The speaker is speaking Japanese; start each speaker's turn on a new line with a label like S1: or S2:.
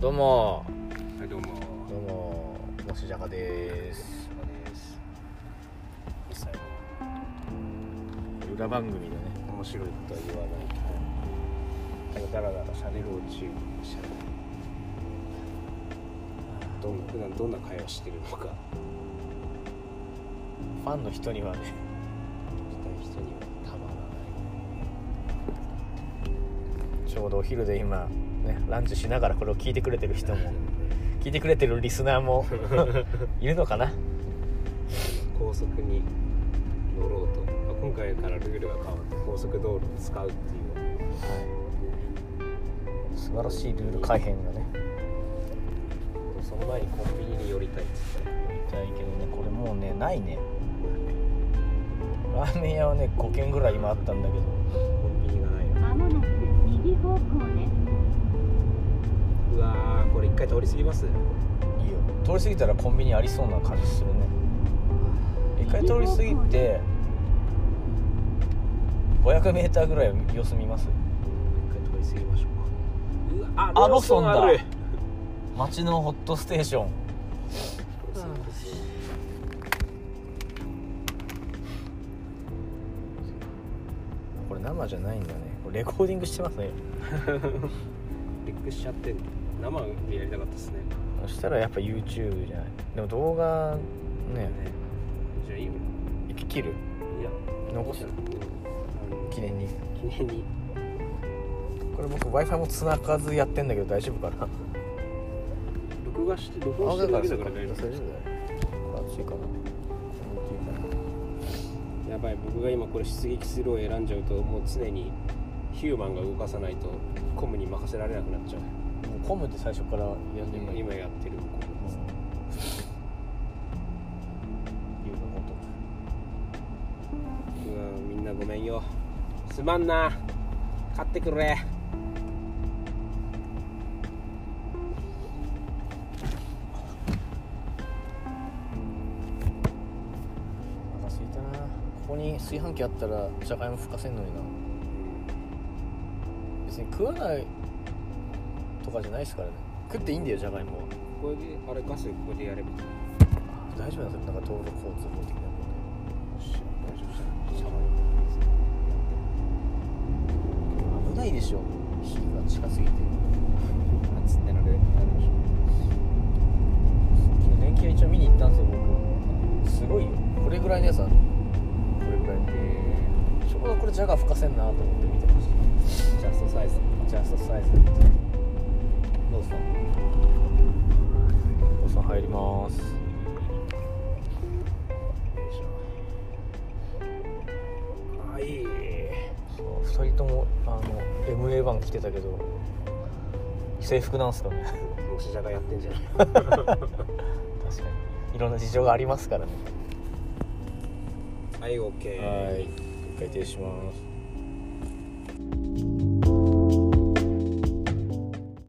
S1: どうも
S2: はいどうも
S1: どうももしじゃかです
S2: お疲れ様です一切
S1: 裏番組でね
S2: 面白いことは言わないなんかダラダラしゃべるうちにしゃべるどん普段どんな会話してるのか
S1: ファンの人にはね
S2: したい人にはたまら
S1: ちょうどお昼で今ねランチしながらこれを聞いてくれてる人
S2: ない
S1: も聞いてくれてるリスナー もいるのかな
S2: 高速に乗ろうと、まあ、今回からルールが変わって高速道路を使うっていう
S1: 素晴らしいルール改変がね
S2: その前にコンビニに寄りたいっつって
S1: 痛いけどねこれもうねないねラーメン屋はね5軒ぐらい今あったんだけど
S2: コンビニがないな
S3: まもなく右方向です。
S2: うわーこれ一回通り過ぎます
S1: いいよ通り過ぎたらコンビニありそうな感じするね一回通り過ぎて 500m ぐらいを様子見ます
S2: 一回通り過ぎましょうかうわ
S1: あローソンだ
S2: ある
S1: 街のホットステーションこれ生じゃないんだねこれレコーディングしてますね
S2: びっくりしちゃって生でやりたかったですね
S1: そしたらやっぱ YouTube じゃないでも動画ね
S2: じゃあいいよ
S1: 生き切る
S2: いや
S1: 残す記念に
S2: あの記念に
S1: これ僕 w i f i も繋がずやってんだけど大丈夫かな
S2: 録画して録音してるだけだから大丈夫です
S1: これ熱いかな
S2: やばい僕が今これ出撃するを選んじゃうともう常にヒューマンが動かさないとコムに任せられなくなっちゃう
S1: もうコムって最初からや
S2: いや今今やってるコムですうわみんなごめんよすまんな買ってくれ
S1: お腹すいたなここに炊飯器あったらじゃがいもふかせんのにな別に食わないとかじゃないですからね食っていいんだよじゃがいもは
S2: これであれガスここでやればよ
S1: 大丈夫なんですよなんか道路交通法的なも
S2: し大丈夫じゃ
S1: んで危ないでしょ火が近すぎて
S2: んつってなるなるでしょ
S1: 電気屋一応見に行ったんですよ僕すごいよこれぐらいのやつあるこれぐらいちょうどこれジャガー吹かせんなと思って見てまし
S2: ジャストサイズ
S1: たジャストサイズローソンローソン入ります
S2: はい
S1: 2人ともあの MA1 着てたけど制服なんすかね
S2: もしじゃがやってんじゃない
S1: 確かにいろんな事情がありますからね
S2: はい OK
S1: 一回停止します